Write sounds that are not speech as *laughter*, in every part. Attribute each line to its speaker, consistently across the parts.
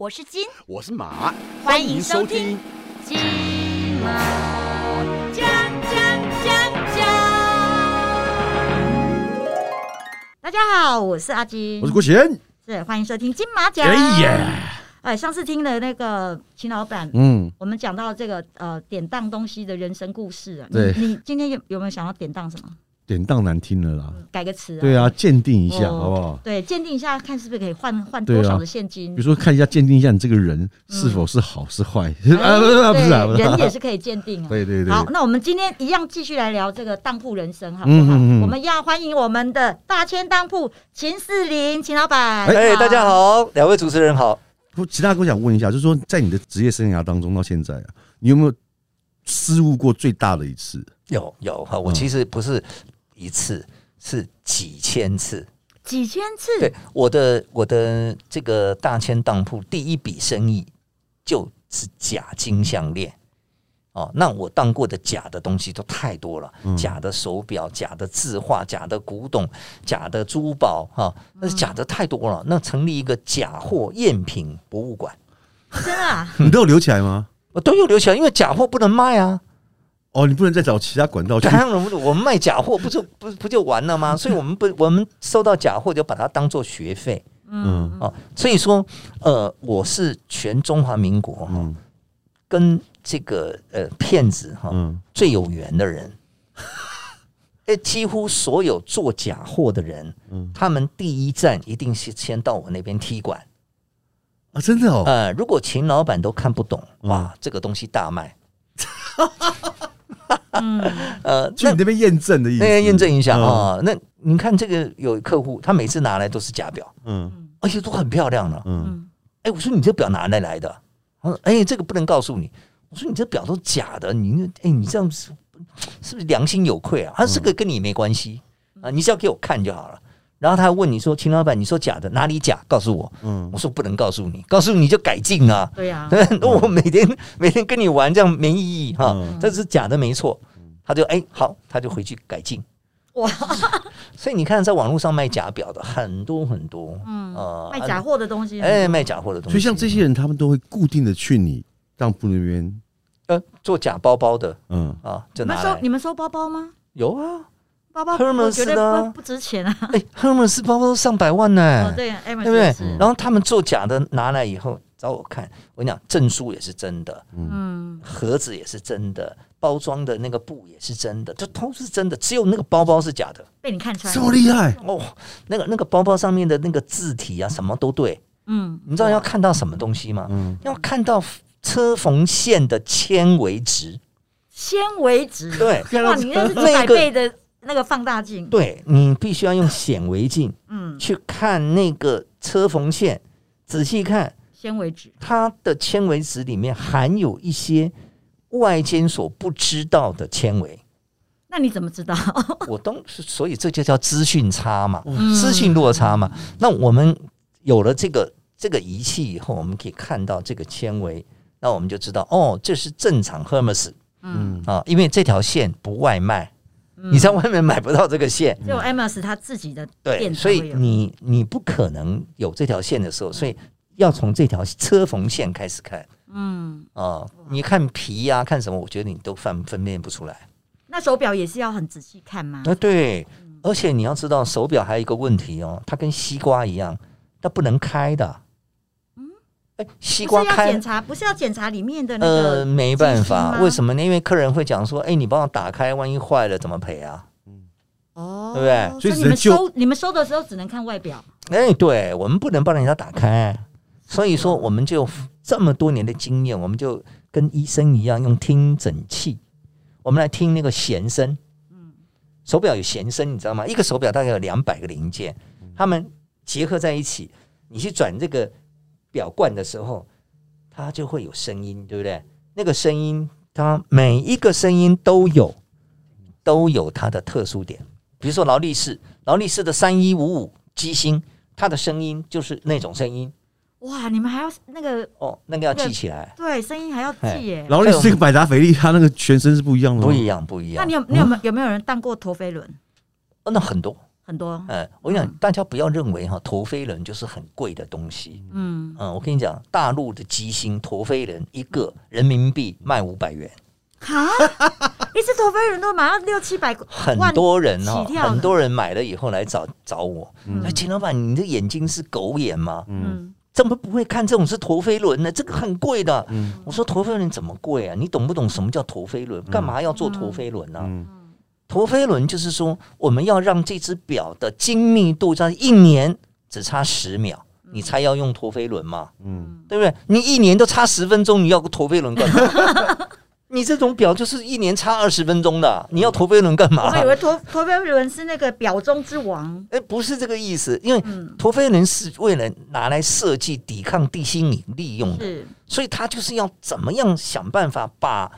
Speaker 1: 我是金，
Speaker 2: 我是马，
Speaker 1: 欢迎收听金马讲讲讲讲。大家好，我是阿金，
Speaker 2: 我是郭贤。
Speaker 1: 是欢迎收听金马奖。
Speaker 2: 哎呀，
Speaker 1: 哎，上次听了那个秦老板，
Speaker 2: 嗯，
Speaker 1: 我们讲到这个呃典当东西的人生故事啊，
Speaker 2: 对
Speaker 1: 你你今天有有没有想要典当什么？
Speaker 2: 典当难听了啦。
Speaker 1: 改个词啊？
Speaker 2: 对啊，鉴定一下
Speaker 1: 哦
Speaker 2: 好不好？
Speaker 1: 对，鉴定一下，看是不是可以换换
Speaker 2: 对啊
Speaker 1: 多少的现金
Speaker 2: 比如。说看一下鉴定一下你这个人是否是好是坏， *laughs* 啊不是啊不是啊不
Speaker 1: 嗯对
Speaker 2: 是啊
Speaker 1: 人，也是可以鉴定啊。
Speaker 2: *laughs* 对对对，
Speaker 1: 好，那我们今天一样继续来聊这个当铺人生，好不好？
Speaker 2: 嗯嗯嗯
Speaker 1: 我们要欢迎我们的大千当铺秦四林秦老板。
Speaker 3: 哎、大家。好，两位主持人好。
Speaker 2: 不，其他我想问一下，就是说在你的职业生涯当中到现在啊，你有没有失误过最大的一次？
Speaker 3: 有有哈，我
Speaker 2: 嗯
Speaker 3: 其实不是一次，是几千次。
Speaker 1: 几千次？
Speaker 3: 对，我的我的这个大千当铺第一笔生意就是假金项链。哦，那我当过的假的东西都太多了，假的手表、假的字画、假的古董、假的珠宝，哈、那假的太多了。那成立一个假货赝品博物馆，
Speaker 1: 真的、啊？
Speaker 2: 你都有留起来吗？
Speaker 3: 我都有留起来，因为假货不能卖啊。
Speaker 2: 哦，你不能再找其他管道去
Speaker 3: 当。然，我们我们卖假货不就不不就完了吗？所以我们不我们收到假货就把它当做学费
Speaker 2: 嗯
Speaker 1: 嗯，
Speaker 3: 哦。所以说，呃，我是全中华民国哈、
Speaker 2: 嗯
Speaker 3: 跟这个呃骗子哈、
Speaker 2: 嗯，
Speaker 3: 最有缘的人。
Speaker 2: *laughs*
Speaker 3: 哎，几乎所有做假货的人，
Speaker 2: 嗯
Speaker 3: 他们第一站一定是先到我那边踢馆。
Speaker 2: 啊，真的哦，嗯
Speaker 3: 呃，如果秦老板都看不懂，哇，这个东西大卖。
Speaker 1: 嗯
Speaker 3: 呃，
Speaker 2: 去你那边验证的意思，
Speaker 3: 那个验证一下啊、
Speaker 2: 嗯，
Speaker 3: 哦那你看这个有客户，他每次拿来都是假表，
Speaker 2: 嗯
Speaker 3: 而哎且都很漂亮了。
Speaker 2: 嗯
Speaker 1: 嗯
Speaker 3: 哎，我说你这表哪来来的？他说哎，这个不能告诉你。我说你这表都假的，你哎你这样子是不是良心有愧啊？他说这个跟你没关系啊，你只要给我看就好了。然后他还问你说，秦老板，你说假的哪里假？告诉我。
Speaker 2: 嗯
Speaker 3: 我说不能告诉你，告诉你就改进啊。
Speaker 1: 对呀、啊。
Speaker 3: *laughs* 那我每天每天跟你玩这样没意义哈
Speaker 2: 嗯，
Speaker 3: 这是假的没错。他就哎好，他就回去改进。
Speaker 1: 哇，
Speaker 3: *laughs* 所以你看，在网络上卖假表的很多很多，
Speaker 1: 嗯，
Speaker 3: 呃
Speaker 1: 卖假货的东西。
Speaker 3: 哎，卖假货的东
Speaker 2: 所
Speaker 3: 西。
Speaker 2: 以像这些人，他们都会固定的去你当铺那边，
Speaker 3: 呃做假包包的
Speaker 2: 嗯，
Speaker 3: 啊，就
Speaker 1: 你
Speaker 3: 拿
Speaker 1: 们收
Speaker 3: 来
Speaker 1: 你们收包包吗？
Speaker 3: 有啊，
Speaker 1: 包包
Speaker 3: Hermes
Speaker 1: 我觉得
Speaker 3: 的
Speaker 1: 不
Speaker 3: 啊
Speaker 1: 不值钱啊。
Speaker 3: 哎，Hermes 包包都上百万呢
Speaker 1: 哦，，对啊，Hermes
Speaker 3: 对不对
Speaker 1: 也是？
Speaker 3: 然后他们做假的拿来以后找我看，我跟你讲，证书也是真的，
Speaker 1: 嗯，
Speaker 3: 盒子也是真的，包装的那个布也是真的，这都是真的，只有那个包包是假的。
Speaker 1: 被你看穿
Speaker 2: 这。么厉害，
Speaker 3: 哦，那个那个包包上面的那个字体啊，什么都对。
Speaker 1: 嗯，
Speaker 3: 你知道要看到什么东西吗？
Speaker 2: 嗯
Speaker 3: 要看到车缝线的纤维值。
Speaker 1: 纤维值。
Speaker 3: 对
Speaker 1: 哇，你那是几
Speaker 3: 那
Speaker 1: 百
Speaker 3: 个
Speaker 1: 倍的那个放大镜。
Speaker 3: 对，你必须要用显微镜
Speaker 1: 嗯，
Speaker 3: 去看那个车缝线，仔细看
Speaker 1: 纤维值。
Speaker 3: 它的纤维值里面含有一些外间所不知道的纤
Speaker 1: *laughs*
Speaker 3: 维。
Speaker 1: 那你怎么知道？
Speaker 3: 我当时，所以这就叫资讯差嘛，
Speaker 1: 嗯
Speaker 3: 资讯落差嘛。那我们有了这个这个仪器以后，我们可以看到这个纤维，那我们就知道哦，这是正常 Hermes
Speaker 1: 嗯，
Speaker 3: 啊，因为这条线不外卖，你在外面买不到这个线。
Speaker 1: 只有 Amos 他自己的
Speaker 3: 对，
Speaker 1: 店才
Speaker 3: 所
Speaker 1: 会有，
Speaker 3: 以你你不可能有这条线的时候，所以要从这条车缝线开始看
Speaker 1: 嗯，
Speaker 3: 啊、你看皮呀、看什么，我觉得你都分分辨不出来。
Speaker 1: 那手表也是要很仔细看吗？
Speaker 3: 啊，对，
Speaker 1: 嗯
Speaker 3: 而且你要知道，手表还有一个问题哦，它跟西瓜一样，它不能开的。嗯，哎，西瓜
Speaker 1: 不是要
Speaker 3: 开
Speaker 1: 检，查，不是要检查里面的那
Speaker 3: 呃，
Speaker 1: 个，
Speaker 3: 没办法，
Speaker 1: 吗
Speaker 3: 为什么呢？因为客人会讲说，哎，你帮我打开，万一坏了怎么赔啊？
Speaker 1: 哦，
Speaker 3: 对不对
Speaker 2: 所以只
Speaker 1: 你
Speaker 2: 能
Speaker 1: 们
Speaker 2: 就
Speaker 1: 收你们收的时候只能看外表，
Speaker 3: 哎，对，我们不能帮人家打开，所以说我们就这么多年的经验，我们就跟医生一样用听诊器，我们来听那个弦声。手表有弦声，你知道吗？一个手表大概有两百个零件，它们结合在一起，你去转这个表冠的时候，它就会有声音，对不对？那个声音，它每一个声音都有，都有它的特殊点。比如说劳力士，劳力士的三一五五机芯，它的声音就是那种声音
Speaker 1: 哇，你们还要那个
Speaker 3: 哦，那个要
Speaker 1: 那个
Speaker 3: 记起来，
Speaker 1: 对声音还要记耶。
Speaker 2: *laughs* 劳力士跟百达翡丽，它那个全身是不一样的吗，哦
Speaker 3: 不一样，不一
Speaker 1: 那
Speaker 3: 样
Speaker 1: 你。有你有没有有没有人当过陀飞轮？
Speaker 3: 哦那很多
Speaker 1: 很多，
Speaker 3: 呃，我
Speaker 1: 嗯
Speaker 3: 想大家不要认为哈陀飞轮就是很贵的东西。
Speaker 1: 嗯，
Speaker 3: 嗯，我跟你讲，大陆的机芯陀飞轮一个人民币卖五百元，
Speaker 1: 哈， *laughs* 一次陀飞轮都买到六七百
Speaker 3: 很
Speaker 1: 万，
Speaker 3: 多人哈
Speaker 1: 起，跳的
Speaker 3: 很多人买了以后来找找我，那秦老板，你的眼睛是狗眼吗？
Speaker 1: 嗯，
Speaker 3: 怎么不会看这种是陀飞轮呢？这个很贵的。
Speaker 1: 嗯
Speaker 3: 我说陀飞轮怎么贵啊？你懂不懂什么叫陀飞轮？干嘛要做陀飞轮呢、
Speaker 2: 嗯
Speaker 3: 陀飞轮就是说，我们要让这只表的精密度在一年只差十秒，你才要用陀飞轮嘛，
Speaker 2: 嗯
Speaker 3: 对不对？你一年都差十分钟，你要个陀飞轮干嘛？ *laughs* 你这种表就是一年差二十分钟的，你要陀飞轮干
Speaker 1: 我
Speaker 3: 嘛
Speaker 1: 还以？为陀陀飞轮是那个表中之王，
Speaker 3: 哎，不是这个意思，因为
Speaker 1: 嗯
Speaker 3: 陀飞轮是为了拿来设计抵抗地心引力用的。
Speaker 1: 是，
Speaker 3: 所以他就是要怎么样想办法把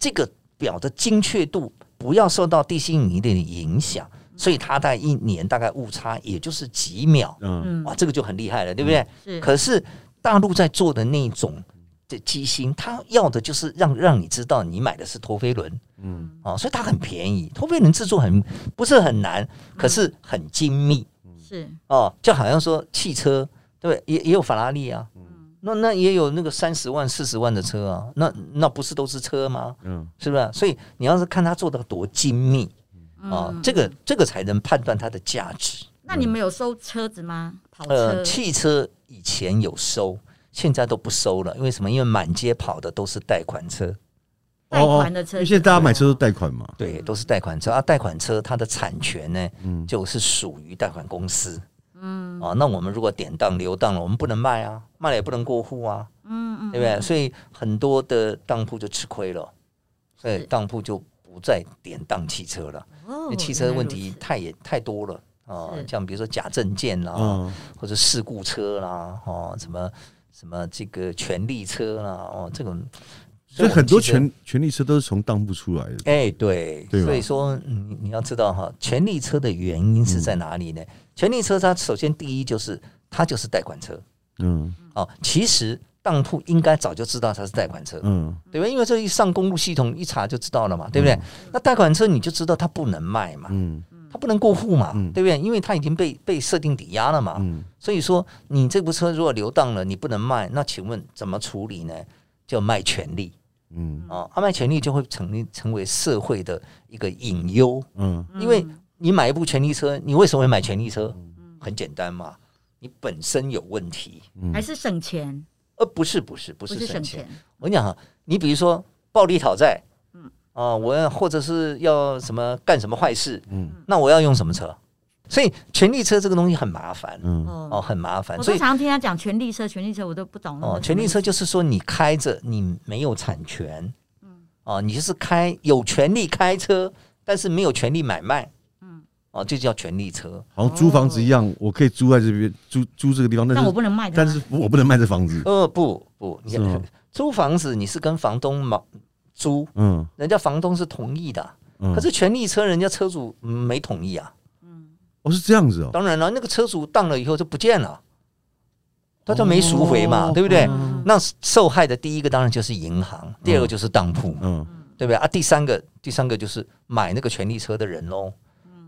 Speaker 3: 这个表的精确度不要受到地心引力的影响，所以他在一年大概误差也就是几秒，
Speaker 2: 嗯
Speaker 1: 嗯
Speaker 3: 哇，，这个就很厉害了，对不对？
Speaker 1: 是，
Speaker 3: 可是大陆在做的那种的机芯，它要的就是让让你知道你买的是陀飞轮
Speaker 2: 嗯
Speaker 3: 啊、哦所以它很便宜，陀飞轮制作很不是很难，可是很精密。
Speaker 1: 是，
Speaker 3: 哦，就好像说汽车，对不对，也也有法拉利啊，那那也有那个三十万、四十万的车啊，那那不是都是车吗？
Speaker 2: 嗯
Speaker 3: 是不是？所以你要是看它做的多精密啊、
Speaker 1: 嗯，
Speaker 3: 这个这个才能判断它的价值。
Speaker 1: 那你们有收车子吗？跑
Speaker 3: 呃，
Speaker 1: 车，
Speaker 3: 汽车以前有收，现在都不收了，因为什么？因为满街跑的都是贷款车，
Speaker 1: 贷款的车
Speaker 2: 哦因为现在大家买车都贷款嘛，
Speaker 3: 对，都是贷款车啊。贷款车它的产权呢，
Speaker 2: 嗯
Speaker 3: 就是属于贷款公司
Speaker 1: 嗯
Speaker 3: 啊、那我们如果典当留当了，我们不能卖啊，卖了也不能过户啊。
Speaker 1: 嗯嗯，
Speaker 3: 对不对？所以很多的当铺就吃亏了，所以
Speaker 1: 是
Speaker 3: 当铺就不再典当汽车了，因
Speaker 1: 哦
Speaker 3: 为汽车问，
Speaker 1: 原
Speaker 3: 题
Speaker 1: 来如此
Speaker 3: 太也太多了啊、
Speaker 1: 是
Speaker 3: 像比如说假证件啦，
Speaker 2: 嗯
Speaker 3: 或者事故车啦，哦，什么什么这个权利车啦，哦，这种，
Speaker 2: 所以很多
Speaker 3: 我们汽车
Speaker 2: 权权力车都是从当铺出来的，
Speaker 3: 哎，对，
Speaker 2: 对吧
Speaker 3: 所以说嗯你你要知道哈，权利车的原因是在哪里呢？
Speaker 2: 嗯
Speaker 3: 权利车它首先第一就是它就是贷款车
Speaker 2: 嗯
Speaker 3: 哦，其实当铺应该早就知道它是贷款车，
Speaker 2: 嗯
Speaker 3: 对吧？因为这一上公路系统一查就知道了嘛，对不对？那贷款车你就知道它不能卖嘛，
Speaker 2: 嗯
Speaker 3: 它不能过户嘛，
Speaker 2: 嗯
Speaker 3: 对不对？因为它已经被被设定抵押了嘛，
Speaker 2: 嗯
Speaker 3: 所以说你这部车如果流荡了，你不能卖，那请问怎么处理呢？就卖权利
Speaker 2: 嗯
Speaker 3: 啊，啊卖权利就会成立成为社会的一个隐忧，
Speaker 2: 嗯
Speaker 1: 嗯
Speaker 3: 因为你买一部权利车，你为什么会买权利车？很简单嘛，你本身有问题，
Speaker 1: 还是省钱，
Speaker 3: 而不是不嗯是不
Speaker 1: 不
Speaker 3: 是
Speaker 1: 是
Speaker 3: 省
Speaker 1: 省
Speaker 3: 钱，
Speaker 1: 钱，
Speaker 3: 我跟你讲啊，你比如说暴力讨债，嗯，啊，我要或者是要什么干什么坏事，
Speaker 2: 嗯
Speaker 3: 嗯，那我要用什么车？所以权力车这个东西很麻烦，
Speaker 2: 嗯
Speaker 1: 哦
Speaker 3: 哦，很麻烦。
Speaker 1: 我
Speaker 3: 所
Speaker 1: 都
Speaker 3: 以
Speaker 1: 常听他讲权力车，权力车我都不懂。
Speaker 3: 哦，权力车就是说你开着你没有产权，
Speaker 1: 嗯
Speaker 3: 哦，你就是开有权利开车，但是没有权利买卖，
Speaker 1: 嗯
Speaker 3: 哦，这叫权力车。
Speaker 2: 好像租房子一样，我可以租在这边租租这个地方，但
Speaker 1: 但我
Speaker 2: 是
Speaker 1: 不能卖它
Speaker 2: 但是我不能卖这房子，
Speaker 3: 呃，不不，你
Speaker 2: 是吗
Speaker 3: *laughs* 租房子你是跟房东买租，
Speaker 2: 嗯
Speaker 3: 人家房东是同意的，
Speaker 2: 嗯，
Speaker 3: 可是权力车人家车主嗯没同意啊。
Speaker 2: 哦是这样子哦，
Speaker 3: 当然了，那个车主当了以后就不见了，他就没赎回
Speaker 2: 哦
Speaker 3: 嘛，对不对？
Speaker 1: 嗯
Speaker 3: 那受害的第一个当然就是银行，第二个就是当铺，
Speaker 2: 嗯
Speaker 3: 对不对啊？第三个，第三个就是买那个权利车的人喽。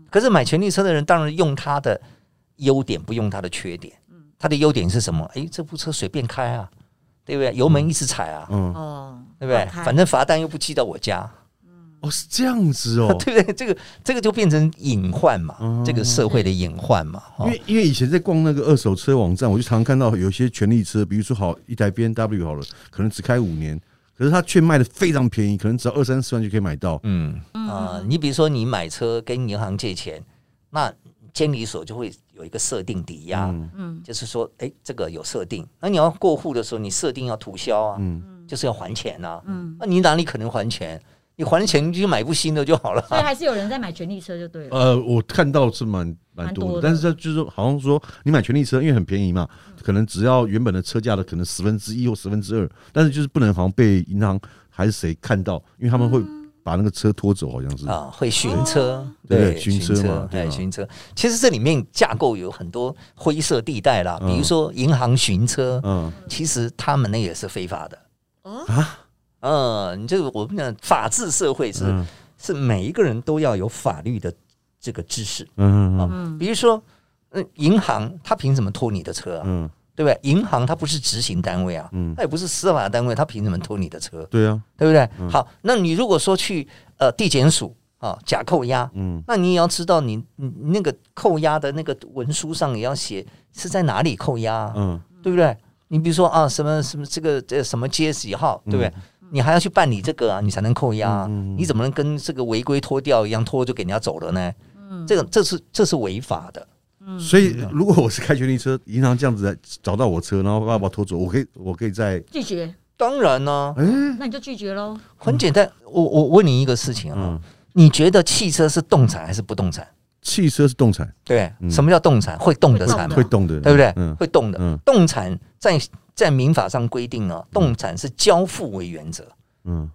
Speaker 3: 可是买权利车的人当然用他的优点，不用他的缺点。他的优点是什么？诶，这部车随便开啊，对不对？油门一直踩啊，
Speaker 2: 嗯
Speaker 1: 哦，
Speaker 3: 对不对
Speaker 1: 好看？
Speaker 3: 反正罚单又不寄到我家，
Speaker 2: 哦是这样子哦，
Speaker 3: *laughs* 对不对？这个这个就变成隐患嘛，
Speaker 2: 嗯
Speaker 3: 这个社会的隐患嘛。
Speaker 2: 因
Speaker 3: 哈
Speaker 1: 嗯
Speaker 2: 为因为以前在逛那个二手车网站，我就常常看到有些权利车，比如说好一台 B N W 好了，可能只开五年，可是它却卖的非常便宜，可能只要二三十万就可以买到。
Speaker 3: 嗯啊、你比如说你买车跟银行借钱，那监理所就会有一个设定抵押，
Speaker 2: 嗯
Speaker 1: 嗯
Speaker 3: 就是说，哎、这个有设定，那你要过户的时候，你设定要涂销啊，
Speaker 2: 嗯，
Speaker 3: 就是要还钱呐、啊。
Speaker 1: 嗯，
Speaker 3: 那你哪里可能还钱？你还钱你就买部新的就好了
Speaker 1: 所以
Speaker 3: 啊。哦
Speaker 1: 还是有人在买权力车就对了。
Speaker 2: 呃，我看到是蛮蛮
Speaker 1: 蛮
Speaker 2: 多的，
Speaker 1: 多的
Speaker 2: 但是它就是说好像说你买权利车，因为很便宜嘛，可能只要原本的车价的可能十分之一或十分之二，但是就是不能好像被银行还是谁看到，因为他们会把那个车拖走，好像是。
Speaker 3: 啊，会巡车，
Speaker 2: 哦对巡
Speaker 3: 巡
Speaker 2: 车嘛对
Speaker 3: 哎，
Speaker 2: 吧
Speaker 3: 巡车。其实这里面架构有很多灰色地带啦，比如说银行巡车，
Speaker 2: 嗯，
Speaker 3: 其实他们那也是非法的。
Speaker 1: 哦
Speaker 2: 啊，
Speaker 3: 嗯，你这个我们讲法治社会是、
Speaker 2: 嗯
Speaker 3: 是每一个人都要有法律的这个知识。
Speaker 2: 嗯嗯
Speaker 1: 嗯
Speaker 3: 比如说，嗯，银行它凭什么拖你的车啊？
Speaker 2: 嗯，
Speaker 3: 对不对？银行它不是执行单位啊，
Speaker 2: 嗯
Speaker 3: 它也不是司法单位，它凭什么拖你的车？
Speaker 2: 对啊，
Speaker 3: 对不对？好，那你如果说去呃地检署啊、假扣押，
Speaker 2: 嗯
Speaker 3: 那你也要知道你你你那个扣押的那个文书上也要写是在哪里扣押、啊，
Speaker 2: 嗯
Speaker 3: 对不对？你比如说啊，什么什么这个这什么街几号，对不对？你还要去办理这个啊，你才能扣押、啊。
Speaker 2: 嗯嗯嗯
Speaker 3: 你怎么能跟这个违规拖吊一样拖就给人家走了呢？
Speaker 2: 嗯
Speaker 3: 这个这是这是违法的。
Speaker 2: 所以如果我是开权利车，银行这样子来找到我车，然后把我拖走，我可以我可以在
Speaker 1: 拒绝，
Speaker 3: 当然呢、
Speaker 2: 哎嗯
Speaker 1: 那你就拒绝喽。
Speaker 3: 很简单。我我问你一个事情啊，
Speaker 2: 嗯，
Speaker 3: 你觉得汽车是动产还是不动产？
Speaker 2: 汽车是动产
Speaker 3: 对，
Speaker 2: 嗯
Speaker 3: 什么叫动产？会动的产嘛，
Speaker 2: 会动的，
Speaker 3: 对不对？
Speaker 2: 嗯
Speaker 3: 会动的。
Speaker 2: 嗯
Speaker 3: 动产在在民法上规定啊，动产是交付为原则。
Speaker 2: 嗯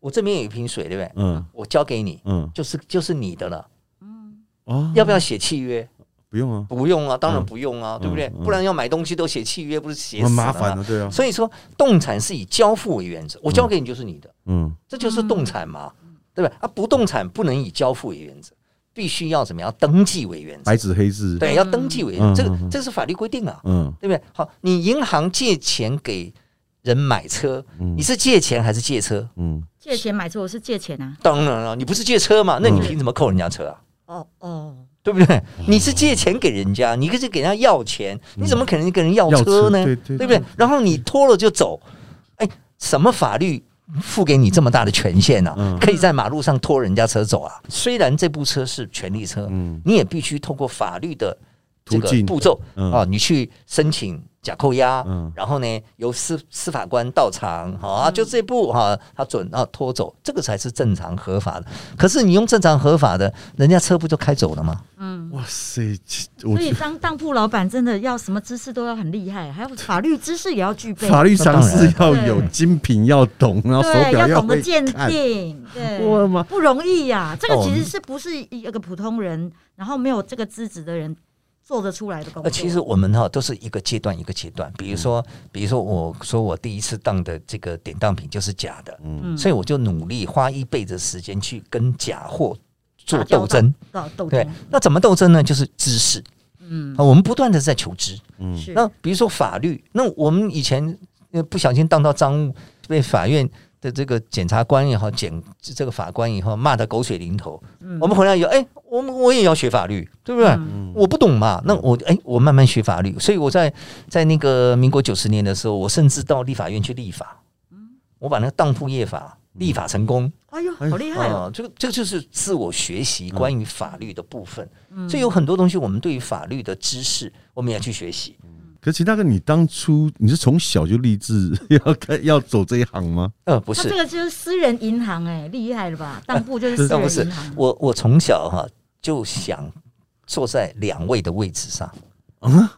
Speaker 3: 我这边有一瓶水，对不对？
Speaker 2: 嗯
Speaker 3: 我交给你，
Speaker 2: 嗯
Speaker 3: 就是就是你的了。
Speaker 2: 啊，
Speaker 3: 要不要写契约？
Speaker 2: 不用啊，
Speaker 3: 不用啊，当然
Speaker 2: 嗯
Speaker 3: 不用啊，对不对？
Speaker 2: 嗯嗯
Speaker 3: 不然要买东西都写契约，不是写死了
Speaker 2: 很
Speaker 3: 吗
Speaker 2: 麻烦的，。对啊，
Speaker 3: 所以说，动产是以交付为原则，我交给你就是你的。
Speaker 2: 嗯
Speaker 3: 这就是动产嘛，对吧？啊，不动产不能以交付为原则，必须要怎么样？登记为原则
Speaker 2: 白，纸黑字，
Speaker 3: 对，要登记为原
Speaker 2: 嗯
Speaker 3: 则，这个
Speaker 2: 嗯嗯
Speaker 3: 这是法律规定啊，
Speaker 2: 嗯
Speaker 3: 对不对？好，你银行借钱给人买车，
Speaker 2: 嗯
Speaker 3: 你是借钱还是借车？
Speaker 2: 嗯
Speaker 1: 借钱买车，我是借钱啊。
Speaker 3: 当然了，你不是借车嘛，那你
Speaker 2: 嗯
Speaker 3: 凭什么扣人家车啊？
Speaker 1: 哦哦，
Speaker 3: 对不对？你是借钱给人家，你可是给人家要钱，你怎么可能跟人要
Speaker 2: 要
Speaker 3: 车
Speaker 2: 车
Speaker 3: 呢？
Speaker 2: 对对
Speaker 3: 不对？然后你拖了就走，哎，什么法律付给你这么大的权限啊？
Speaker 2: 嗯
Speaker 3: 可以在马路上拖人家车走啊？虽然这部车是权利车，
Speaker 2: 嗯
Speaker 3: 你也必须透过法律的这个
Speaker 2: 途径
Speaker 3: 步骤
Speaker 2: 嗯
Speaker 3: 啊，你去申请假扣押，
Speaker 2: 嗯
Speaker 3: 然后呢由司司法官到场，好啊，
Speaker 1: 嗯
Speaker 3: 就这步哈，他准啊拖走，这个才是正常合法的。可是你用正常合法的，人家车不就开走了吗？
Speaker 1: 嗯，
Speaker 2: 哇塞，其我
Speaker 1: 所以当当铺老板真的要什么知识都要很厉害，还有法律知识也要具备，
Speaker 2: 法律常识
Speaker 3: 那
Speaker 2: 要
Speaker 1: 然
Speaker 2: 有，精品要懂，然后手
Speaker 1: 对，
Speaker 2: 表
Speaker 1: 要懂得
Speaker 2: 会
Speaker 1: 鉴
Speaker 2: 看，
Speaker 1: 定，对，
Speaker 2: 我的妈
Speaker 1: 不容易呀、这个
Speaker 3: 哦
Speaker 1: 其实是不是一个普通人，然后没有这个资质的人做得出来的工
Speaker 3: 呃，
Speaker 1: 作？
Speaker 3: 其实我们哈都是一个阶段一个阶段，比
Speaker 1: 嗯
Speaker 3: 如说，比如说我说我第一次当的这个典当品就是假的，
Speaker 1: 嗯，
Speaker 3: 所以我就努力花一辈子时间去跟假货做
Speaker 1: 打交
Speaker 3: 斗争。
Speaker 1: 道，到斗
Speaker 3: 对
Speaker 1: 争，，
Speaker 3: 那怎么斗争呢？就是知识
Speaker 1: 嗯
Speaker 3: 啊，，我们不断的在求知。
Speaker 2: 嗯
Speaker 1: 是，
Speaker 3: 那比如说法律，那我们以前呃不小心当到赃物，被法院的这个检察官也好，检这个法官也好骂得狗血淋头，
Speaker 1: 嗯
Speaker 3: 我们回来以后，哎、我们我也要学法律，对不对？
Speaker 1: 嗯
Speaker 2: 嗯
Speaker 3: 我不懂嘛，那我哎、我慢慢学法律，所以我在在那个民国九十年的时候，我甚至到立法院去立法，
Speaker 1: 嗯
Speaker 3: 我把那个当铺业法立法成功
Speaker 1: 哎呦，好厉
Speaker 3: 啊、
Speaker 1: 害哦，
Speaker 3: 这个这个就是自我学习关于法律的部分，
Speaker 1: 嗯
Speaker 3: 所以有很多东西我们对于法律的知识，我们也要去学习。
Speaker 1: 嗯
Speaker 2: 可是秦大哥，你当初你是从小就立志 *laughs* 要开要走这一行吗？
Speaker 3: 呃，不
Speaker 1: 他
Speaker 3: 是
Speaker 1: 这，个就是私人银行哎、厉害了吧？当铺就是
Speaker 2: 这
Speaker 1: 私
Speaker 3: 倒不
Speaker 1: 人
Speaker 3: 是
Speaker 1: 银行，
Speaker 3: 我我从小哈、就想坐在两位的位置上，
Speaker 2: 啊，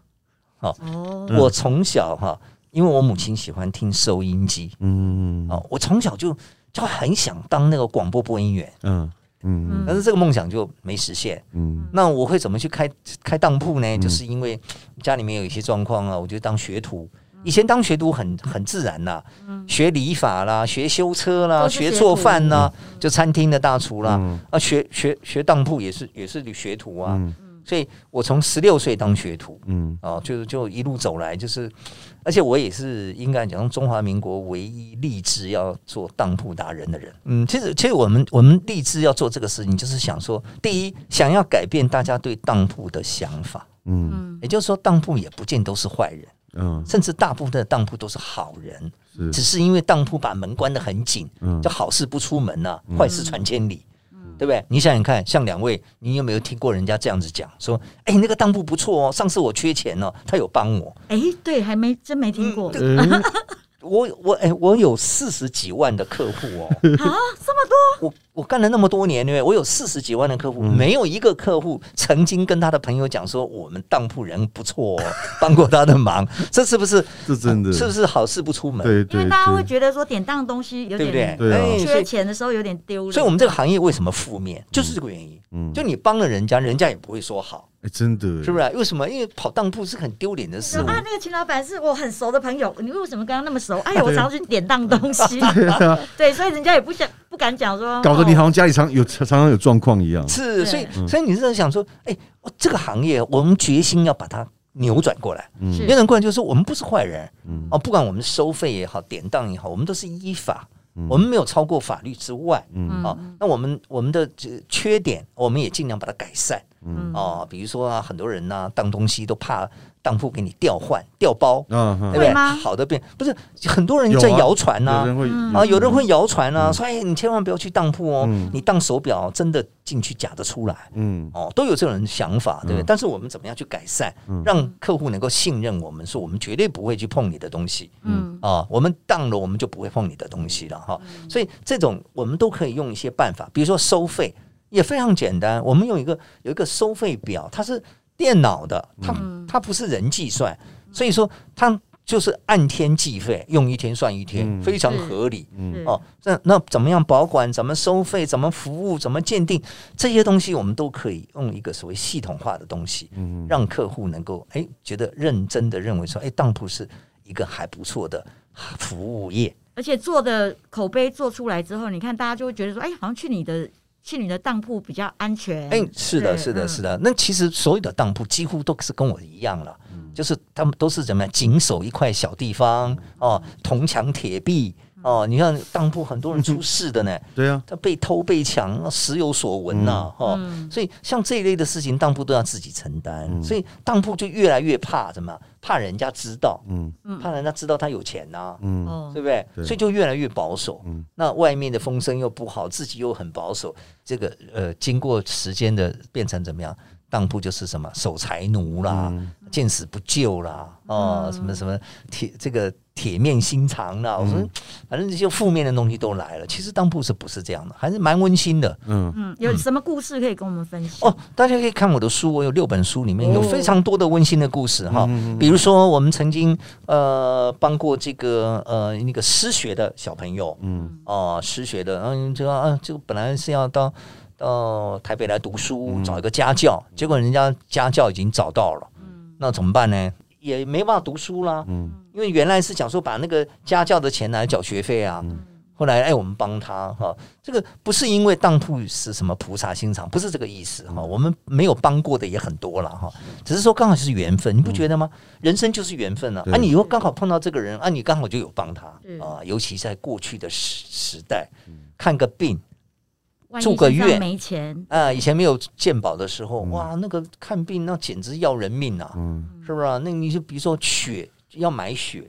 Speaker 1: 哦，
Speaker 2: 嗯
Speaker 3: 我从小哈、因为我母亲喜欢听收音机
Speaker 2: 嗯
Speaker 3: 啊、我从小就就很想当那个广播播音员。
Speaker 2: 嗯嗯
Speaker 3: 但是这个梦想就没实现。
Speaker 2: 嗯
Speaker 3: 那我会怎么去开开当铺呢？就是因为家里面有一些状况啊，我就当学徒。以前当学徒很很自然呐、
Speaker 2: 嗯
Speaker 3: 学理发啦，学修车啦，
Speaker 1: 都是
Speaker 3: 学
Speaker 1: 学
Speaker 3: 做
Speaker 1: 徒
Speaker 3: 饭啦，就餐厅的大厨啦，
Speaker 2: 嗯
Speaker 3: 啊，学学学当铺也是也是学徒啊。
Speaker 2: 嗯
Speaker 3: 所以我从十六岁当学徒
Speaker 2: 嗯
Speaker 3: 啊，就就一路走来，就是，而且我也是应该讲中华民国唯一立志要做当铺达人的人。嗯，其实其实我们我们立志要做这个事情，就是想说，第一，想要改变大家对当铺的想法，
Speaker 2: 嗯
Speaker 1: 嗯
Speaker 3: 也就是说，当铺也不见都是坏人，
Speaker 2: 嗯，
Speaker 3: 甚至大部分的当铺都是好人，只
Speaker 2: 是
Speaker 3: 是因为当铺把门关得很紧，
Speaker 2: 嗯
Speaker 3: 叫好事不出门呐、坏事传千里。对不对？你想想看，像两位，你有没有听过人家这样子讲？说，哎，那个当铺不错哦，上次我缺钱哦，他有帮我。
Speaker 1: 哎、对，还没真没听过、
Speaker 2: 嗯
Speaker 3: 我我哎，我有四十几万的客户哦，
Speaker 1: 啊，这么多，
Speaker 3: 我我干了那么多年，对不对？我有四十几万的客户，
Speaker 2: 嗯
Speaker 3: 没有一个客户曾经跟他的朋友讲说我们当铺人不错哦，帮过他的忙，这是不是？
Speaker 2: 这 *laughs* 真的
Speaker 3: 是不是好事不出门？
Speaker 2: 对
Speaker 1: 因
Speaker 2: 对
Speaker 1: 为大家会
Speaker 2: 对，
Speaker 1: 觉得说典当东西有
Speaker 3: 对不
Speaker 1: 点
Speaker 3: 对？
Speaker 2: 对啊
Speaker 3: 哎所
Speaker 1: 缺
Speaker 3: 以
Speaker 1: 钱的时候有点丢脸，
Speaker 3: 所以我们这个行业为什么负面，就是这个原因。
Speaker 2: 嗯
Speaker 3: 就你帮了人家，人家也不会说好，
Speaker 2: 哎真的
Speaker 3: 是不是啊？为什么？因为跑当铺是很丢脸的事
Speaker 1: 说。啊，那个秦老板是我很熟的朋友，你为什么跟他那么熟？哎呀，我常去典当东西，对，所以人家也不想不不敢讲说，
Speaker 2: 搞得你
Speaker 1: 哦
Speaker 2: 好像家里常有常常有状况一样。
Speaker 3: 是，所以
Speaker 2: 嗯
Speaker 3: 所以你是想说，哎、哦这个行业我们决心要把它扭转过来。
Speaker 2: 嗯
Speaker 1: 哦是
Speaker 3: 扭转过来就是我们不是坏人
Speaker 2: 嗯
Speaker 3: 哦，不管我们收费也好，典当也好，我们都是依法，我们没有超过法律之外。
Speaker 2: 嗯
Speaker 3: 哦，那我们我们的这缺点，我们也尽量把它改善。
Speaker 1: 嗯
Speaker 3: 哦，比如说啊，很多人呐、当东西都怕当铺给你调换、调包，
Speaker 2: 啊哈
Speaker 3: 对不，对
Speaker 1: 会吗？
Speaker 3: 好的变不是很多人
Speaker 2: 有啊
Speaker 3: 在谣传呐、
Speaker 2: 有人会
Speaker 1: 嗯
Speaker 3: 啊，有人会谣传啊，说哎，你千万不要去当铺哦，
Speaker 2: 嗯
Speaker 3: 你当手表真的进去假的出来
Speaker 2: 嗯
Speaker 3: 哦，都有这种想法，对不对？
Speaker 2: 嗯
Speaker 3: 但是我们怎么样去改善，
Speaker 2: 嗯
Speaker 3: 让客户能够信任我们，说我们绝对不会去碰你的东西
Speaker 1: 嗯
Speaker 3: 啊、我们当了我们就不会碰你的东西了哈、所以这种我们都可以用一些办法，比如说收费也非常简单，我们有一个有一个收费表，它是电脑的，它
Speaker 1: 嗯
Speaker 3: 它不是人计算，所以说它就是按天计费，用一天算一天，
Speaker 2: 嗯
Speaker 3: 非常
Speaker 1: 是
Speaker 3: 合理。
Speaker 2: 嗯
Speaker 1: 是
Speaker 3: 哦，那那怎么样保管？怎么收费？怎么服务？怎么鉴定？这些东西我们都可以用一个所谓系统化的东西，
Speaker 2: 嗯，
Speaker 3: 让客户能够哎觉得认真的认为说，哎，当铺是一个还不错的服务业。
Speaker 1: 而且做的口碑做出来之后，你看大家就会觉得说，哎，好像去你的去你的当铺比较安全。
Speaker 3: 哎，是的，
Speaker 1: 是
Speaker 3: 是的，
Speaker 1: 嗯
Speaker 3: 是的。那其实所有的当铺几乎都是跟我一样了，就是他们都是怎么样，紧守一块小地方哦，铜墙铁壁
Speaker 1: 嗯
Speaker 3: 哦。你看当铺很多人出事的呢，
Speaker 2: 对啊，
Speaker 3: 他被偷被抢，时有所闻呐、哈、
Speaker 1: 嗯
Speaker 3: 所以像这一类的事情，当铺都要自己承担，
Speaker 2: 嗯
Speaker 3: 所以当铺就越来越怕什么？怕人家知道，
Speaker 2: 嗯
Speaker 1: 嗯
Speaker 3: 怕人家知道他有钱呐、
Speaker 2: 嗯
Speaker 1: 哦
Speaker 3: 对，不对？
Speaker 2: 对
Speaker 3: 所以就越来越保守。
Speaker 2: 嗯
Speaker 3: 那外面的风声又不好，自己又很保守，这个呃，经过时间的变成怎么样？当铺就是什么守财奴啦，
Speaker 2: 嗯
Speaker 3: 见死不救啦，哦，
Speaker 1: 嗯
Speaker 3: 什么什么铁这个铁面心肠啦，我说、
Speaker 2: 嗯
Speaker 3: 反正这些负面的东西都来了。其实当铺是不是这样的？还是蛮温馨的。
Speaker 2: 嗯，
Speaker 1: 嗯，有什么故事可以跟我们分享？
Speaker 3: 哦，大家可以看我的书，我有六本书，里面有
Speaker 1: 哦
Speaker 3: 非常多的温馨的故事哈。比如说，我们曾经呃帮过这个呃那个失学的小朋友，嗯，哦失学的，嗯，这个啊这个本来是要到到台北来读书，找一个家教，结果人家家教已经找到了，那怎么办呢？也没办法读书啦，
Speaker 2: 嗯
Speaker 3: 因为原来是讲说把那个家教的钱拿来缴学费啊，后来哎我们帮他哈、这个不是因为当铺是什么菩萨心肠，不是这个意思哈、我们没有帮过的也很多了哈、只是说刚好就是缘分，你不觉得吗？人生就是缘分啊，
Speaker 2: 对
Speaker 3: 啊你又刚好碰到这个人啊，你刚好就有帮他
Speaker 1: 是
Speaker 3: 啊，尤其在过去的时时代，看个病。
Speaker 1: 万一
Speaker 3: 住个
Speaker 1: 身上
Speaker 3: 院
Speaker 1: 没钱，
Speaker 3: 啊，以前没有健保的时候，哇，那个看病那简直要人命啊，
Speaker 2: 嗯
Speaker 3: 是不是、啊？那你就比如说血要买血，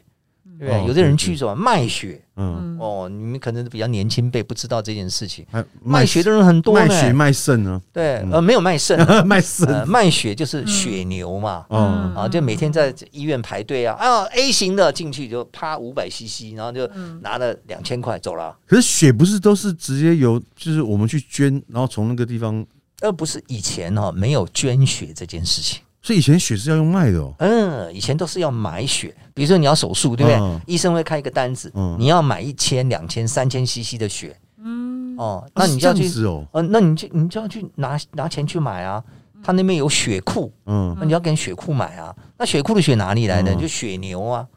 Speaker 3: 对不对？
Speaker 2: 哦
Speaker 3: 有的
Speaker 2: 对
Speaker 3: 人
Speaker 2: 对
Speaker 3: 去什么卖血
Speaker 2: 嗯，
Speaker 3: 哦，你们可能比较年轻辈不知道这件事情，
Speaker 2: 还
Speaker 3: 卖血的人很多
Speaker 2: 卖
Speaker 3: 呢。
Speaker 2: 血卖肾啊嗯呢，
Speaker 3: 对，呃，没有卖肾，
Speaker 2: *laughs* 卖肾
Speaker 3: 呃，卖血就是血牛嘛。
Speaker 2: 哦，
Speaker 3: 啊，就每天在医院排队啊，啊，A 型的进去就啪五百 CC，然后就拿了两千块走了。
Speaker 2: 可是血不是都是直接由就是我们去捐，然后从那个地方，
Speaker 3: 而不是以前哈、没有捐血这件事情。
Speaker 2: 所以以前血是要用卖的哦，
Speaker 3: 嗯，以前都是要买血，比如说你要手术，对不对？
Speaker 2: 嗯
Speaker 3: 医生会开一个单子，
Speaker 2: 嗯
Speaker 3: 你要买一千、两千、三千 CC 的血
Speaker 1: 嗯，
Speaker 3: 哦，那你就要
Speaker 2: 是这
Speaker 3: 去
Speaker 2: 样，子哦，
Speaker 3: 呃，那你就你就要去拿拿钱去买啊。他那边有血库，
Speaker 2: 嗯
Speaker 3: 那你要跟血库买啊。那血库的血哪里来的？
Speaker 2: 嗯
Speaker 3: 就血牛啊，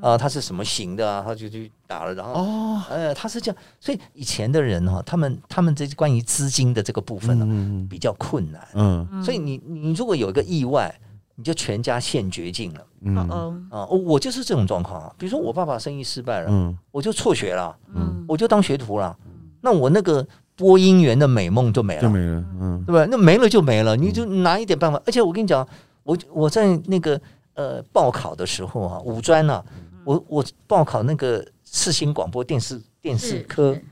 Speaker 3: 啊、它是什么型的啊？他就去打了，然后
Speaker 2: 哦，
Speaker 3: 呃，他是这样。所以以前的人哈、他们他们这关于资金的这个部分呢、啊
Speaker 2: 嗯
Speaker 3: 比较困难。
Speaker 2: 嗯
Speaker 3: 所以你你如果有一个意外，你就全家陷绝境了。
Speaker 1: 哦
Speaker 2: 嗯
Speaker 1: 哦，
Speaker 3: 啊、哦我就是这种状况啊。比如说我爸爸生意失败了，
Speaker 2: 嗯
Speaker 3: 我就辍学了，
Speaker 1: 嗯，
Speaker 3: 我就当学徒了，那我那个播音员的美梦就没了，
Speaker 2: 就没了，嗯
Speaker 3: 对吧？那没了就没了，你就拿一点办法。而且我跟你讲，我我在那个呃报考的时候啊，五专啊，
Speaker 1: 嗯
Speaker 3: 我我报考那个四新广播电视电视
Speaker 1: 是
Speaker 3: 科
Speaker 1: 是，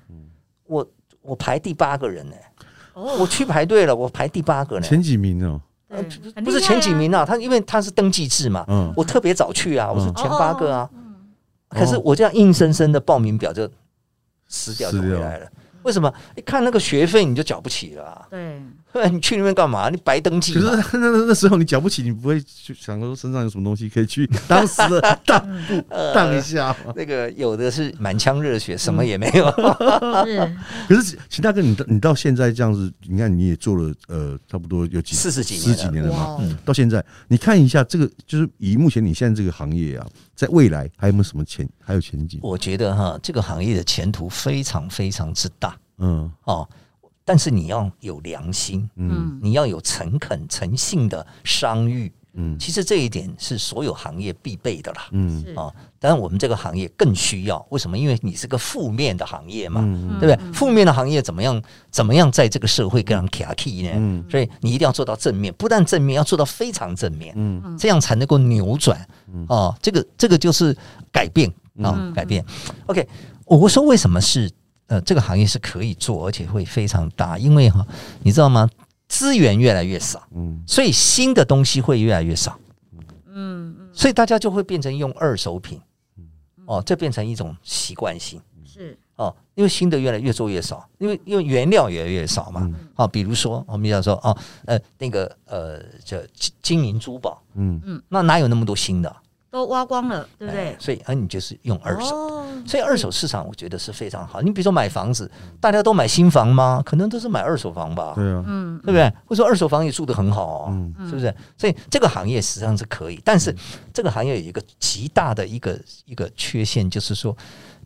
Speaker 3: 我我排第八个人呢、
Speaker 1: 哦，
Speaker 3: 我去排队了，我排第八个呢、呃
Speaker 2: 前几名哦，
Speaker 1: 对很
Speaker 3: 不是
Speaker 1: 厉害
Speaker 3: 前几
Speaker 1: 啊
Speaker 3: 名啊，他因为他是登记制嘛，
Speaker 2: 嗯
Speaker 3: 我特别早去啊，我是
Speaker 2: 嗯
Speaker 3: 前八个啊。
Speaker 2: 哦
Speaker 3: 可是我这样硬生生的报名表就撕掉就
Speaker 2: 撕
Speaker 3: 回
Speaker 2: 掉
Speaker 3: 来了。为什么？一看那个学费你就缴不起了、啊， *laughs*
Speaker 1: 对，
Speaker 3: 你去那边干嘛？你白登记
Speaker 2: 可
Speaker 3: 嘛。
Speaker 2: 是那那那时候你讲不起，你不会去想说身上有什么东西可以去当时的荡荡一下吗？
Speaker 3: 那个有的是满腔热血，什么
Speaker 2: 嗯
Speaker 3: 也没有。 *laughs* 啊
Speaker 1: 是
Speaker 2: 可是秦大哥，你到你到现在这样子，你看你也做了呃差不多有几
Speaker 3: 40几年
Speaker 2: 十
Speaker 3: 了
Speaker 2: 几年了嘛
Speaker 1: 哇，嗯
Speaker 2: 到现在你看一下这个，就是以目前你现在这个行业啊，在未来还有没有什么前还有前景？
Speaker 3: 我觉得哈，这个行业的前途非常非常之大。
Speaker 2: 嗯
Speaker 3: 哦，但是你要有良心，
Speaker 2: 嗯
Speaker 1: 嗯
Speaker 3: 你要有诚恳、诚信的商誉。
Speaker 2: 嗯
Speaker 3: 其实这一点是所有行业必备的啦。
Speaker 2: 嗯
Speaker 1: 是
Speaker 3: 哦，当然我们这个行业更需要，为什么？因为你是个负面的行业嘛，
Speaker 2: 嗯
Speaker 3: 对不对？负面的行业怎么样？怎么样在这个社会更让卡 key 呢？
Speaker 2: 嗯
Speaker 3: 所以你一定要做到正面，不但正面，要做到非常正面，
Speaker 2: 嗯
Speaker 3: 这样才能够扭转哦。这个这个就是改变啊、
Speaker 1: 嗯
Speaker 3: 改变。OK，我说为什么是呃这个行业是可以做，而且会非常大，因为哈、你知道吗？资源越来越少，
Speaker 2: 嗯
Speaker 3: 所以新的东西会越来越少，
Speaker 1: 嗯
Speaker 3: 所以大家就会变成用二手品，哦，这变成一种习惯性。
Speaker 1: 嗯是
Speaker 3: 哦，因为新的越来越做越少，因为因为原料也越来越少嘛。
Speaker 1: 嗯
Speaker 3: 哦，比如说我们要说哦，呃，那个呃，这金金银珠宝，
Speaker 2: 嗯
Speaker 3: 那哪有那么多新的？
Speaker 1: 都挖光了，对不对
Speaker 3: 哎？所以啊，你就是用二手。
Speaker 1: 哦
Speaker 3: 所以二手市场我觉得是非常好。你比如说买房子，大家都买新房吗？可能都是买二手房吧，
Speaker 2: 对啊
Speaker 1: 嗯
Speaker 3: 对不对？或者说二手房也住得很好哦，
Speaker 2: 嗯
Speaker 3: 是不是？所以这个行业实际上是可以，但是这个行业有一个极大的一个一个缺陷，就是说，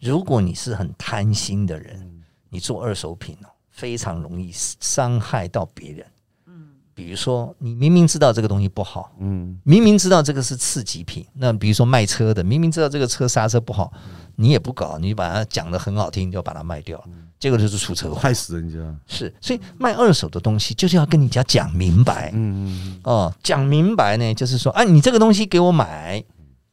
Speaker 3: 如果你是很贪心的
Speaker 2: 嗯
Speaker 3: 人，你做二手品哦，非常容易伤害到别人。
Speaker 1: 嗯
Speaker 3: 比如说，你明明知道这个东西不好，
Speaker 2: 嗯
Speaker 3: 明明知道这个是次级品，那比如说卖车的，明明知道这个车刹车不好，
Speaker 2: 嗯
Speaker 3: 你也不搞，你把它讲的很好听，你就把它卖掉了，
Speaker 2: 嗯
Speaker 3: 结果就是出车祸。
Speaker 2: 害死人家
Speaker 3: 是，所以卖二手的东西就是要跟你家讲明白
Speaker 2: 嗯嗯
Speaker 3: 哦，讲明白呢，就是说，啊，你这个东西给我买，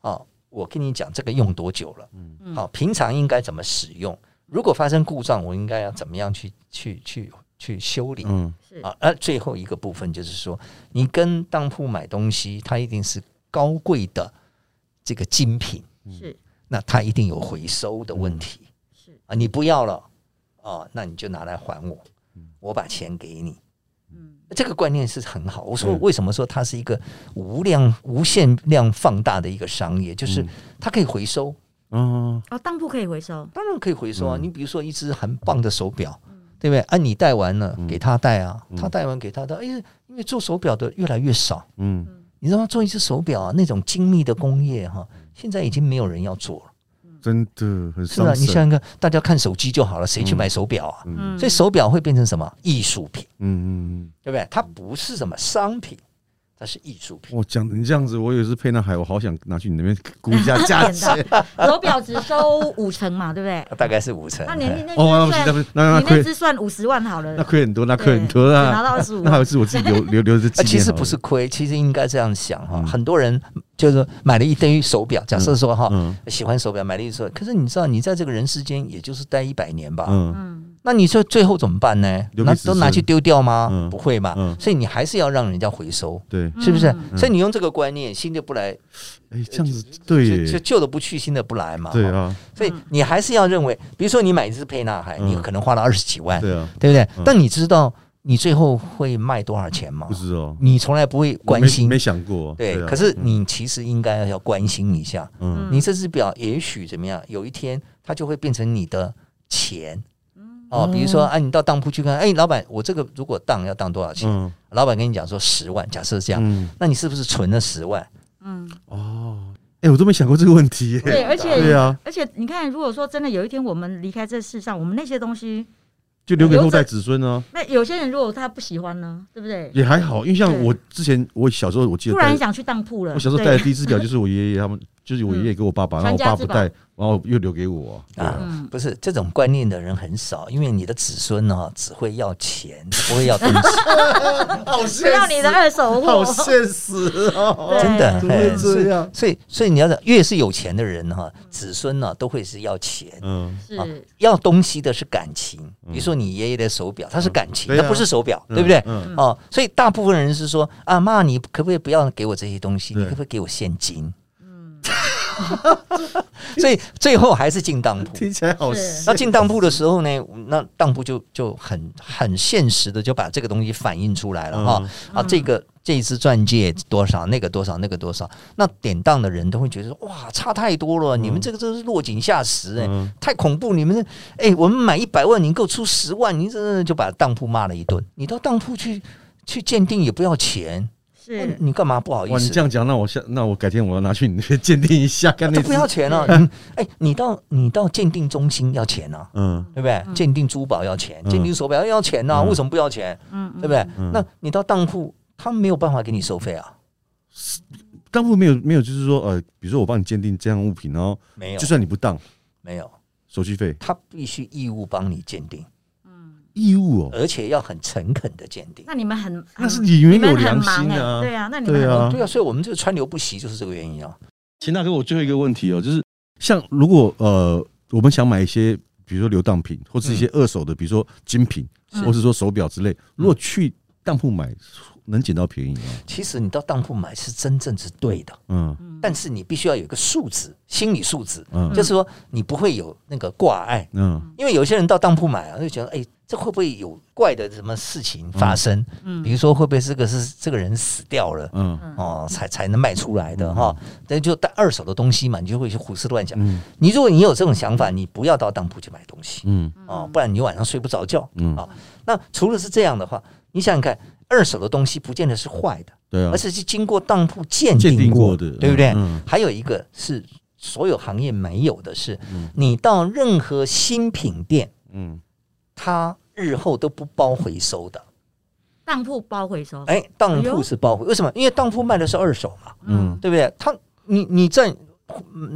Speaker 3: 哦，我跟你讲这个用多久了，
Speaker 1: 嗯
Speaker 3: 好、平常应该怎么使用，如果发生故障，我应该要怎么样去去去去修理，
Speaker 2: 嗯
Speaker 1: 是
Speaker 3: 啊，而最后一个部分就是说，你跟当铺买东西，它一定是高贵的这个精品，
Speaker 1: 是
Speaker 3: 那它一定有回收的问题。
Speaker 1: 是
Speaker 3: 啊，你不要了，哦，那你就拿来还我，
Speaker 2: 嗯
Speaker 3: 我把钱给你。
Speaker 1: 嗯
Speaker 3: 这个观念是很好。我说为什么说它是一个无量、无限量放大的一个商业，就是
Speaker 1: 嗯
Speaker 3: 它可以回收，
Speaker 2: 啊
Speaker 1: 哦，当铺可以回收，
Speaker 3: 当然可以回收啊。
Speaker 2: 嗯
Speaker 3: 你比如说一只很棒的手表，
Speaker 1: 嗯
Speaker 3: 对不对？啊，你戴完了给他戴啊，他戴完给他戴。哎呀，因为做手表的越来越少，
Speaker 2: 嗯
Speaker 3: 你知道吗？做一只手表啊，那种精密的工业哈、
Speaker 1: 嗯
Speaker 3: 现在已经没有人要做了，
Speaker 2: 嗯真的很
Speaker 3: 是吧？啊
Speaker 2: 伤
Speaker 3: 你
Speaker 2: 神
Speaker 3: 想想看，大家看手机就好了，谁去买手表啊？
Speaker 1: 嗯，
Speaker 3: 所以手表会变成什么艺术品，
Speaker 2: 嗯嗯
Speaker 3: 对不对？它不是什么商品，它是艺术品。
Speaker 2: 我讲你这样子我也是配那海我好想拿去你那边估
Speaker 1: *laughs*
Speaker 2: 一下价
Speaker 1: 简
Speaker 2: 钱
Speaker 1: 单
Speaker 3: 啊
Speaker 1: 手表只收五成嘛，对不对？
Speaker 3: 大概是五成。
Speaker 1: 那你那
Speaker 2: 哦那不行那
Speaker 1: 算
Speaker 2: 不行那那
Speaker 1: 你那
Speaker 2: 亏
Speaker 1: 只算五十万好了
Speaker 2: 那，亏很多那亏很多
Speaker 1: 对
Speaker 2: 啊
Speaker 1: 只拿到25
Speaker 2: *laughs* 那还是我自己
Speaker 1: *laughs*
Speaker 2: 留留留着纪
Speaker 3: 啊，
Speaker 2: 念
Speaker 3: 其实
Speaker 2: 好了
Speaker 3: 不是亏，其实应该这样想哈、
Speaker 2: 嗯
Speaker 3: 很多人就是买了一堆手表，假设说哈、
Speaker 2: 嗯
Speaker 3: 喜欢手表，买了一堆手表，可是你知道，你在这个人世间也就是待一百年吧。
Speaker 2: 嗯
Speaker 1: 嗯
Speaker 3: 那你说最后怎么办呢？
Speaker 2: 留给
Speaker 3: 那
Speaker 2: 子
Speaker 3: 都
Speaker 2: 孙
Speaker 3: 拿去丢掉吗？
Speaker 2: 嗯
Speaker 3: 不会嘛、
Speaker 2: 嗯
Speaker 3: 所以你还是要让人家回收，
Speaker 2: 对
Speaker 1: 嗯
Speaker 3: 是不是？
Speaker 1: 嗯
Speaker 3: 所以你用这个观念，新的不来，
Speaker 2: 哎这样子对
Speaker 3: 就就
Speaker 2: 耶
Speaker 3: 旧的不去，新的不来嘛。
Speaker 2: 对
Speaker 3: 哈
Speaker 2: 啊
Speaker 3: 所以你还是要认为，比如说你买一只沛纳海，
Speaker 2: 嗯
Speaker 3: 你可能花了二十几万，
Speaker 2: 对啊
Speaker 3: 对不对
Speaker 2: 嗯？
Speaker 3: 但你知道你最后会卖多少钱吗
Speaker 2: 不？知道
Speaker 3: 你从来不会
Speaker 2: 我没
Speaker 3: 关心
Speaker 2: 没，想过
Speaker 3: 对。
Speaker 2: 啊
Speaker 3: 可是你其实应该要关心一下，
Speaker 2: 嗯
Speaker 3: 你这只表也许怎么样，有一天它就会变成你的钱。哦，比如说，啊，你到当铺去看，哎，老板，我这个如果当要当多少钱？
Speaker 2: 嗯
Speaker 3: 老板跟你讲说十万，假设是这样，
Speaker 2: 嗯
Speaker 3: 那你是不是存了十万？
Speaker 1: 嗯，
Speaker 2: 哦哎我都没想过这个问题耶
Speaker 1: 对，而
Speaker 2: 对
Speaker 1: 且
Speaker 2: 啊
Speaker 1: 而且你看，如果说真的有一天我们离开这世上，我们那些东西，
Speaker 2: 就留给后代子孙啊
Speaker 1: 那有些人如果他不喜欢呢，对不对？
Speaker 2: 也还好因为像
Speaker 1: 对
Speaker 2: 我之前我小时候我记得
Speaker 1: 突
Speaker 2: 带
Speaker 1: 然想去当铺了，
Speaker 2: 我小时候
Speaker 1: 对
Speaker 2: 戴的第一只表就是我爷爷他 *laughs* 们，就是我爷爷给我爸爸，
Speaker 1: 嗯
Speaker 2: 然后我爸
Speaker 1: 传家
Speaker 2: 不
Speaker 1: 之宝
Speaker 2: 戴，然后又留给我
Speaker 3: *laughs*
Speaker 2: 啊。对啊，
Speaker 1: 嗯
Speaker 3: 不是这种观念的人很少，因为你的子孙呢、
Speaker 2: 嗯
Speaker 3: 只会要钱，不会要
Speaker 2: *laughs*
Speaker 3: 东西，
Speaker 2: 好
Speaker 1: 不要你的二手货，
Speaker 2: 实哦 *laughs*
Speaker 1: 对
Speaker 3: 真的
Speaker 2: 怎么会
Speaker 3: 嘿
Speaker 2: 这样？
Speaker 3: 所以，所以你要讲，越是有钱的人哈、子孙呢、都会是要钱，
Speaker 2: 嗯
Speaker 1: 是
Speaker 3: 啊要东西的是感情。比如说你爷爷的手表，它是感情，
Speaker 2: 对啊
Speaker 3: 它不是手表，对不对？
Speaker 2: 嗯
Speaker 3: 哦，所以大部分人是说啊，妈，你可不可以不要给我这些东西？
Speaker 2: 对
Speaker 3: 你可不可以给我现金？ *laughs* 所以最后还是进当铺。
Speaker 2: 听起来好
Speaker 1: 是
Speaker 3: 那进当铺的时候呢，那当铺就就很很现实的就把这个东西反映出来了哈、
Speaker 2: 嗯
Speaker 3: 啊，这个这一只钻戒多少，那个多少，那个多少，那典当的人都会觉得说哇，差太多了，你们这个真是落井下石哎、
Speaker 2: 嗯
Speaker 3: 太恐怖！你们这哎、我们买一百万，你给我出十万，你这就把当铺骂了一顿。你到当铺去去鉴定也不要钱，
Speaker 1: 是
Speaker 3: 你干嘛不好意
Speaker 2: 哇，你
Speaker 3: 思
Speaker 2: 这？样讲，那我下那我改天我要拿去你那边鉴定一下，干那
Speaker 3: 这不要钱
Speaker 2: *laughs*
Speaker 3: 了、啊，你哎、你到你到鉴定中心要钱啊，
Speaker 2: 嗯
Speaker 3: 对不对？鉴定珠宝要钱，
Speaker 2: 嗯
Speaker 3: 鉴定手表哎要钱呐、
Speaker 2: 嗯
Speaker 3: 为什么不要钱？
Speaker 1: 嗯，
Speaker 3: 对不对？
Speaker 2: 嗯
Speaker 3: 那你到当铺，他没有办法给你收费啊，
Speaker 2: 当铺没有没有，就是说呃，比如说我帮你鉴定这样物品，然后
Speaker 3: 没有
Speaker 2: 就，算你不当，
Speaker 3: 没有，
Speaker 2: 手续费
Speaker 3: 他必须义务帮你鉴定，
Speaker 2: 义务哦，
Speaker 3: 而且要很诚恳的鉴定。
Speaker 1: 那你们很
Speaker 2: 那是
Speaker 1: 很
Speaker 2: 你
Speaker 1: 你
Speaker 2: 们
Speaker 1: 们
Speaker 2: 有
Speaker 1: 很
Speaker 2: 良
Speaker 1: 忙
Speaker 2: 心
Speaker 1: 哎、
Speaker 2: 啊。
Speaker 1: 对啊，那你们
Speaker 2: 对
Speaker 1: 很
Speaker 2: 啊，
Speaker 3: 对啊，所以我们这个川流不息就是这个原因啊。
Speaker 2: 秦大哥，我最后一个问题哦，就是像如果呃，我们想买一些，比如说流当品，或是一些二手的，比如说精品，
Speaker 1: 嗯是嗯
Speaker 2: 或是说手表之类，如果去当铺买，能捡到便宜吗？
Speaker 3: 其实你到当铺买是真正是对的，
Speaker 2: 嗯
Speaker 3: 但是你必须要有一个素质，心理素质，
Speaker 2: 嗯
Speaker 3: 就是说你不会有那个挂碍，
Speaker 2: 嗯
Speaker 3: 因为有些人到当铺买啊，就觉得哎，这会不会有怪的什么事情发生？
Speaker 1: 嗯
Speaker 3: 比如说会不会这个是这个人死掉了？
Speaker 2: 嗯
Speaker 3: 哦，才才能卖出来的哈，那就带二手的东西嘛，你就会去胡思乱想。
Speaker 2: 嗯
Speaker 3: 你如果你有这种想法，你不要到当铺去买东西，
Speaker 2: 嗯
Speaker 3: 哦，不然你晚上睡不着觉。
Speaker 2: 嗯，
Speaker 3: 啊，那除了是这样的话，你想想看，二手的东西不见得是坏的，
Speaker 2: 对啊
Speaker 3: 而，且是经过当铺鉴
Speaker 2: 鉴定
Speaker 3: 过
Speaker 2: 过的
Speaker 3: 对不对？
Speaker 2: 嗯嗯
Speaker 3: 还有一个是所有行业没有的是，你到任何新品店，
Speaker 2: 嗯
Speaker 3: 它日后都不包回收的。
Speaker 1: 当铺包回收，
Speaker 3: 哎，当
Speaker 1: 哎呦
Speaker 3: 铺是包回，为什么？因为当铺卖的是二手嘛，
Speaker 2: 嗯
Speaker 3: 对不对？他你你再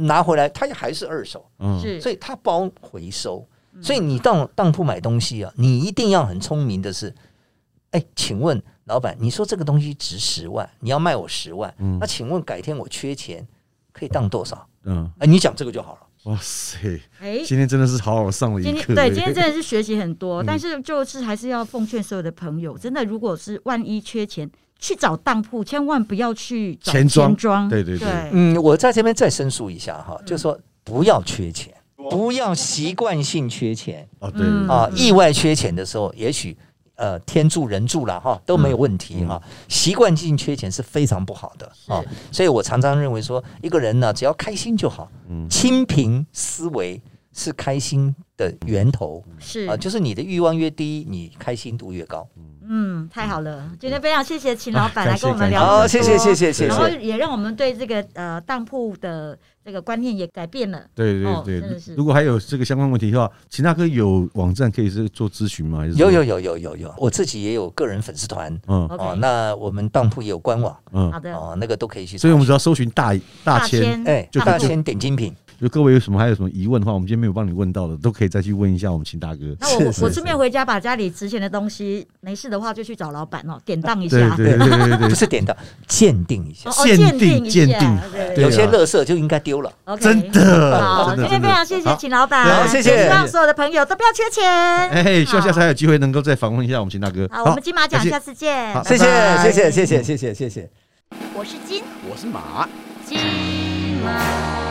Speaker 3: 拿回来，它也还是二手。
Speaker 2: 嗯，
Speaker 1: 是哎
Speaker 3: 所以它包回收。所以你到当铺买东西啊，你一定要很聪明的是，哎，请问老板，你说这个东西值十万，你要卖我十万，
Speaker 2: 嗯
Speaker 3: 那请问改天我缺钱可以当多少？
Speaker 2: 嗯，
Speaker 3: 哎，你讲这个就好了。
Speaker 2: 哇塞，
Speaker 1: 哎、
Speaker 2: 今天真的是好好上了一嗯
Speaker 1: 今
Speaker 2: 课。欸
Speaker 1: 天对今天真的是学习很
Speaker 2: *laughs*
Speaker 1: 多，但是就是还是要奉劝所有的朋友，真的如果是万一缺钱，去找当铺，千万不要去找
Speaker 2: 钱庄
Speaker 1: 钱庄，
Speaker 2: 对对对
Speaker 3: 嗯，我在这边再申诉一下哈，就说不要缺钱，不要习惯性缺钱
Speaker 2: 哦，对
Speaker 1: 嗯
Speaker 3: 啊，意外缺钱的时候，也许。呃，天助人助啦哈，都没有问
Speaker 1: 嗯
Speaker 3: 题哈。习惯性缺钱是非常不好的啊，所以我常常认为说，一个人呢，只要开心就好。
Speaker 2: 嗯
Speaker 3: 清贫思维是开心的源头
Speaker 1: 是
Speaker 3: 啊，就是你的欲望越低，你开心度越高。
Speaker 1: 嗯，太好了，今天非常谢谢秦老板
Speaker 2: 啊
Speaker 1: 来跟我们聊，
Speaker 3: 好，谢谢谢，谢谢
Speaker 1: 嗯然后
Speaker 3: 谢。
Speaker 1: 也让我们对这个呃当铺的这个观念也改变了。
Speaker 2: 对
Speaker 1: 哦
Speaker 2: 对
Speaker 1: 真的是
Speaker 2: 对，如果还有这个相关问题的话，秦大哥有网站可以是做咨询吗？还是
Speaker 3: 有有有有有有，我自己也有个人粉丝团
Speaker 2: 嗯
Speaker 1: OK
Speaker 3: 哦，那我们当铺也有官网
Speaker 1: 好
Speaker 2: 嗯，
Speaker 1: 的，
Speaker 3: 哦，那个都可以去查询。
Speaker 2: 所以我们只要搜寻大大千。
Speaker 3: 哎，
Speaker 1: 就
Speaker 3: 大千点精品，
Speaker 2: 就各位有什么还有什么疑问的话，我们今天没有帮你问到的，都可以再去问一下我们秦大哥。
Speaker 1: 那我
Speaker 3: 是是
Speaker 1: 我顺便回家把家里值钱的东西，没事的话就去找老板哦，典当一
Speaker 2: 对
Speaker 1: 下，
Speaker 2: 对对对
Speaker 1: *laughs*
Speaker 2: 对
Speaker 3: 不是点到鉴定一下
Speaker 1: 哦，哦
Speaker 2: 鉴
Speaker 1: 鉴
Speaker 2: 定
Speaker 1: 定一
Speaker 2: 鉴
Speaker 1: 下
Speaker 2: 定
Speaker 1: 对
Speaker 2: 对
Speaker 3: 有些
Speaker 2: 啊
Speaker 3: 乐色就应该丢了。
Speaker 1: OK，
Speaker 2: 真的
Speaker 1: 好，
Speaker 2: 真
Speaker 1: 今
Speaker 2: 的
Speaker 1: 天
Speaker 2: 真
Speaker 1: 非
Speaker 2: 的。
Speaker 1: 常谢谢
Speaker 2: 好
Speaker 1: 秦老
Speaker 3: 好
Speaker 1: 板，
Speaker 3: 谢谢
Speaker 1: 希望所有的朋友都不要缺钱。
Speaker 2: 哎，希望下次还有机会能够再访问一下我们秦大哥。
Speaker 1: 好，我们金马奖
Speaker 2: 感谢
Speaker 1: 下次见，
Speaker 2: 好
Speaker 3: 谢谢
Speaker 2: 拜拜
Speaker 3: 谢谢谢谢谢谢谢谢。
Speaker 1: 我是金
Speaker 4: 我是马。
Speaker 1: 金马。